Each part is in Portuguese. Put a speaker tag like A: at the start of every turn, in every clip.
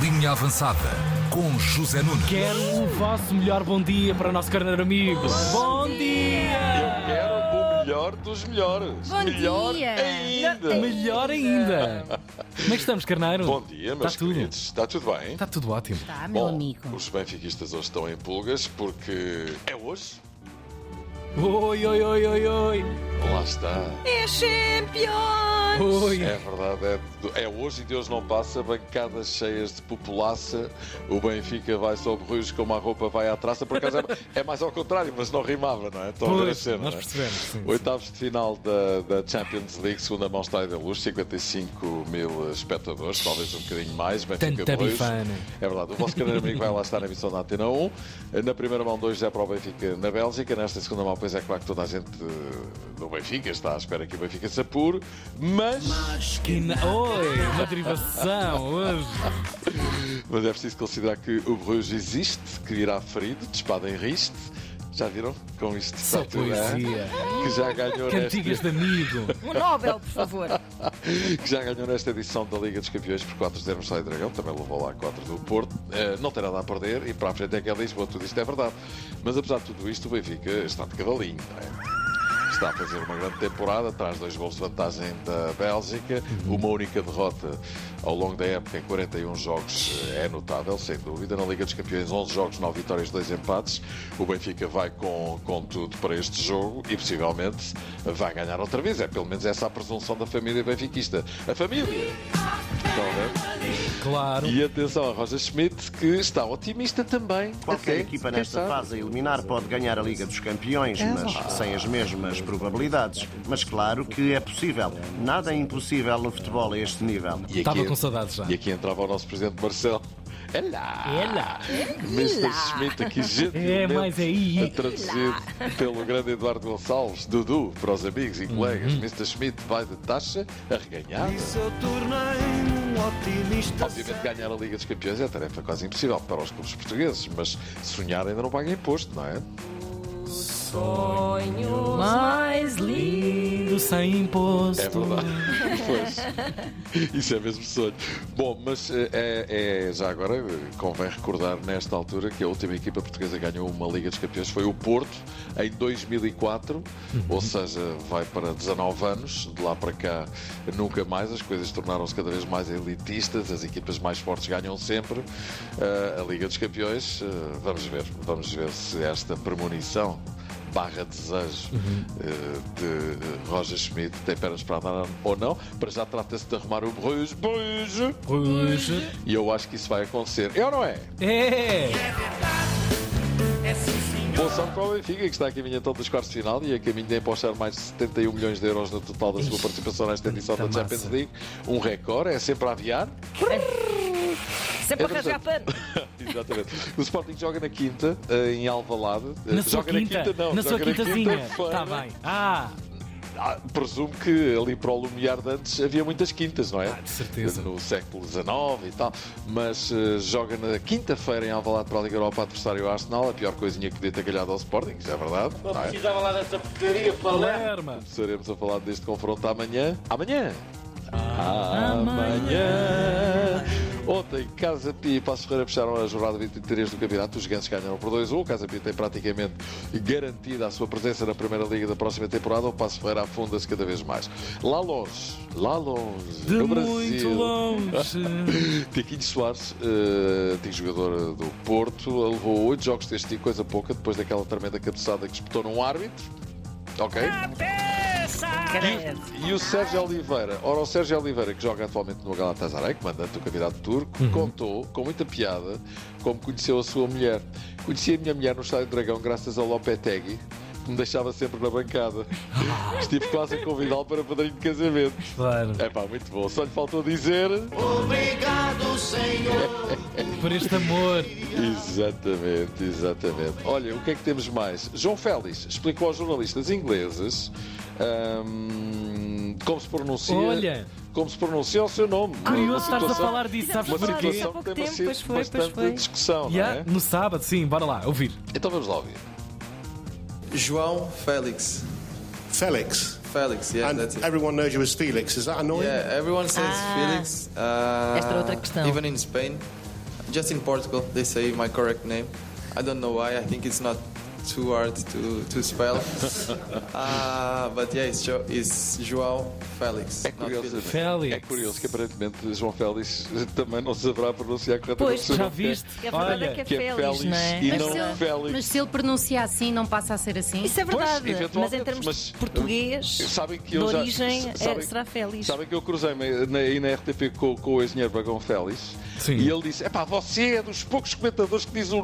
A: Linha Avançada com José Nunes.
B: Quero o vosso melhor bom dia para o nosso carneiro amigo. Bom dia!
C: Eu quero o melhor dos melhores.
D: Bom
C: melhor
D: dia.
C: ainda.
B: Melhor ainda! Como é que estamos, carneiro?
C: Bom dia, meus
B: Está Tá tudo.
C: queridos. Está tudo bem?
B: Está tudo ótimo.
D: Tá, meu
C: Bom,
D: amigo.
C: os benfiquistas hoje estão em pulgas porque é hoje.
B: Oi, oi, oi, oi, oi.
C: Lá está.
D: É campeão!
B: Oi.
C: É verdade. É, é hoje e Deus não passa. Bancadas cheias de populaça. O Benfica vai sobre rios como a roupa vai à traça. Por acaso é, é mais ao contrário, mas não rimava, não é? Estão a ver a
B: Pois,
C: cena.
B: nós
C: não é?
B: percebemos. Sim, sim.
C: Oitavos de final da, da Champions League, segunda mão Estádio da Luz, 55 mil espectadores, talvez um bocadinho mais. Benfica
B: Tanta
C: dois.
B: bifana.
C: É verdade. O vosso grande amigo vai lá estar na missão da Antena 1. Na primeira mão, 2 é para o Benfica na Bélgica. Nesta segunda mão, pois é claro que toda a gente eh, do Benfica está à espera que o Benfica se apure. Mas,
B: Que na- Oi, uma derivação hoje.
C: mas é preciso considerar que o Bruges existe, que virá ferido, de espada em riste. Já viram com isto?
B: Só
C: está tudo, é?
B: poesia.
C: Que já ganhou neste...
B: Cantigas de amigo.
D: Um Nobel, por favor.
C: que já ganhou nesta edição da Liga dos Campeões por 4 0 no Estádio do Dragão, também levou lá 4 do Porto, Eh, não tem nada a perder e para a frente é que é Lisboa, tudo isto é verdade. Mas apesar de tudo isto, o Benfica está de cavalinho, não é? Está a fazer uma grande temporada, traz dois gols de vantagem da Bélgica,
B: Uhum.
C: uma única derrota ao longo da época em 41 jogos eh, é notável, sem dúvida. Na Liga dos Campeões, 11 jogos, 9 vitórias, 2 empates. O Benfica vai com, com tudo para este jogo e possivelmente vai ganhar outra vez. É pelo menos essa a presunção da família benfiquista. A família! Estão a ver?
B: Claro.
C: E atenção a Rosa Schmidt, que está otimista também.
E: Qualquer
C: Ok,
E: equipa
C: quem
E: nesta
C: sabe? É
E: fase a eliminar pode ganhar a Liga dos Campeões, mas sem as mesmas probabilidades. Mas claro que é possível. Nada é impossível no futebol a este nível.
C: E aqui-
B: Estava com saudades já.
C: E aqui entrava o nosso presidente Marcelo. Olá!
B: Ela.
C: Mr. Schmidt aqui
B: É,
C: gentilmente
B: mas aí.
C: traduzido pelo grande Eduardo Gonçalves, Dudu, para os amigos e colegas.
B: Uhum.
C: Mr. Schmidt vai de taxa a reganhar.
F: Isso eu tornei-me um otimista.
C: Obviamente ganhar a Liga dos Campeões é tarefa quase impossível para os clubes portugueses, mas sonhar ainda não paga imposto, não é?
D: Mais lindo.
B: Tudo sem imposto.
C: É verdade. pois. Isso é mesmo sonho. Bom, mas eh, é, é- já agora eh, convém recordar nesta altura que a última equipa portuguesa que ganhou uma Liga dos Campeões foi o Porto em 2004, ou seja, vai para 19 anos, de lá para cá nunca mais, as coisas tornaram-se cada vez mais elitistas, as equipas mais fortes ganham sempre. Eh, a Liga dos Campeões, eh, vamos ver, vamos ver se esta premonição barra desejo
B: Uhum.
C: eh, de eh, Roger Schmidt tem pernas para andar ou não. Para já trata-se de arrumar o Bruges, Bruges,
B: Hoje.
C: e eu acho que isso vai acontecer. É ou não é?
B: É.
C: Boa sorte para o Benfica, que está a caminho então dos quartos de final e a caminho de empostar mais de 71 milhões de euros no total da sua participação nesta edição da
B: muita
C: Champions
B: massa.
C: League. Um recorde, é sempre a aviar.
D: Sempre
C: É
D: a rasgar pano.
C: Exatamente. O Sporting joga na quinta, eh, em Alvalade. Eh,
B: Na sua
C: joga
B: quinta.
C: na quinta, não.
B: Na sua
C: joga na
B: quintazinha.
C: quinta-feira.
B: Está bem. Ah.
C: Ah, presumo que ali para o Lumiar de antes havia muitas quintas, não é?
B: Ah, de certeza.
C: No século XIX e tal. Mas eh, joga na quinta-feira em Alvalade para a Liga Europa, adversário ao Arsenal. A pior coisinha que podia ter calhado ao Sporting, isso é verdade. Não é?
F: Precisava lá dessa porcaria, Palermo.
B: Palerma.
C: Começaremos a falar deste confronto amanhã. Amanhã! Amanhã! Ontem, Casa Pia e Passo Ferreira fecharam a jornada 23 do campeonato. Os gigantes ganharam por 2-1. O Casa Pia tem praticamente garantida a sua presença na primeira liga da próxima temporada. O Passo Ferreira afunda-se cada vez mais. Lá longe, lá longe,
B: De
C: no
B: muito
C: Brasil.
B: longe.
C: Tiquinho Soares, eh, antigo jogador do Porto, levou oito jogos deste tipo, coisa pouca, depois daquela tremenda cabeçada que espetou num árbitro. Ok?
B: Ah,
D: Caralho.
C: E o Sérgio Oliveira, ora o Sérgio Oliveira, que joga atualmente no Galatasaray, comandante do campeonato turco, contou com muita piada como conheceu a sua mulher. Conheci a minha mulher no Estádio do Dragão graças ao Lopetegui, que me deixava sempre na bancada. Estive quase a convidá-lo para padrinho de casamento.
B: Claro.
C: É pá, muito bom. Só lhe faltou dizer.
F: Obrigado, Senhor.
B: Por este amor.
C: Exatamente, exatamente. Olha, o que é que temos mais? João Félix explicou aos jornalistas ingleses ahm, como se pronuncia.
B: Olha.
C: Como se pronuncia o seu nome. Uma
B: Curioso estar a
C: situação-
B: falar disso, sabes
C: Uma
D: Fizemos
B: porquê?
C: situação
D: há
C: que
D: pouco
C: tem
D: tempo,
C: sido
D: pois foi, pois
C: bastante
D: foi.
C: discussão,
B: Yeah,
C: não é?
B: no sábado, sim, bora lá, ouvir.
C: Então vamos lá ouvir.
G: João Félix.
H: Félix.
G: Felix. Yeah,
H: And
G: that's it.
H: everyone knows you as Felix. Is that annoying?
G: Yeah, everyone says
D: Ah.
G: Felix. Uh,
D: Esta era outra questão.
G: Even in Spain, just in Portugal, they say my correct name. I don't know why. I think it's not too hard to to spell. uh, but yeah, it's, jo- it's João Felix.
C: É
G: not
C: curioso,
G: Felix.
B: Félix.
C: é curioso que aparentemente João Félix também não saberá pronunciar corretamente.
D: Pois,
C: o seu
B: Já
C: nome,
B: viste?
D: Que a verdade é
B: Olha,
D: que é
C: Que é
D: Félix,
C: Félix
D: não é?
C: e
I: Mas
C: não
I: se, ele,
C: Félix.
I: mas se ele pronuncia assim, não passa a ser assim?
D: Isso é
C: Pois,
D: verdade, mas em
C: eventualmente,
D: termos
C: mas,
D: de português,
C: eh, sabem que
D: de
C: eu já-
D: origem,
C: s-
D: é-
C: sabem-
D: será Félix.
C: Sabem que eu cruzei-me na, aí na RTP com, com o engenheiro Bagão Félix
B: Sim.
C: e ele disse: é pá, você é dos poucos comentadores que diz o, o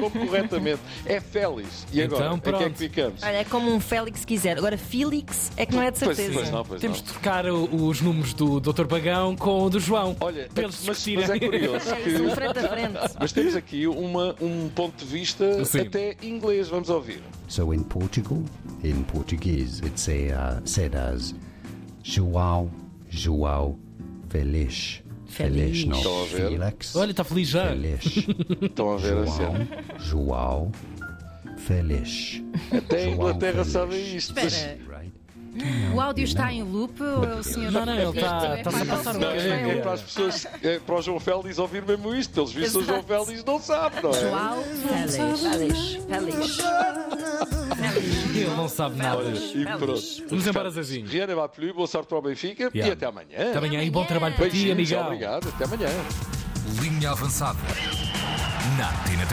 C: nome corretamente. É Félix. E agora?
B: Então,
C: em que é
B: pronto.
C: que ficamos?
D: Olha, é como um Félix quiser. Agora, Félix é que não é de
C: Pois,
D: certeza.
C: pois não, pois
B: Temos
C: não.
B: de trocar o- os números do Dr. Bagão com o do João.
C: Olha,
B: para eles
C: mas,
B: discutirem.
C: mas é curioso
D: É isso, um
C: que.
D: frente a frente.
C: Mas temos aqui uma, um ponto de vista
B: Sim.
C: até inglês, vamos ouvir.
J: So in Portugal, in Portuguese, it's a, uh, said as João, João, Feliz.
D: Feliz.
J: no
C: Estão a ver?
J: Felix.
B: Olha, está feliz já.
J: Feliz.
C: Estão a ver a cena.
J: João, João, Feliz.
C: Até a
J: João
C: Inglaterra
J: Feliz.
C: sabe isto.
I: Espera,
J: Right?
I: o áudio está em loop ou é o senhor?
B: Não, não, ele
I: Isto
B: está
I: é
B: a
I: para
B: passar um
C: Não, é,
B: bocadinho.
C: é para as pessoas, é para o João Félix ouvir mesmo isto. Pelos vistos, o João Félix não sabe, não é?
I: João
D: Félix, Félix, Félix.
B: Ele não sabe nada.
C: E pronto.
B: Vamos embora, Zezinho.
C: Rien ne va plus, boa sorte para o Benfica e
B: Yeah.
C: até amanhã.
B: Até amanhã e bom trabalho para ti,
C: Beijinhos,
B: amigão.
C: obrigado, até amanhã.
A: Linha avançada. Na Tina 3.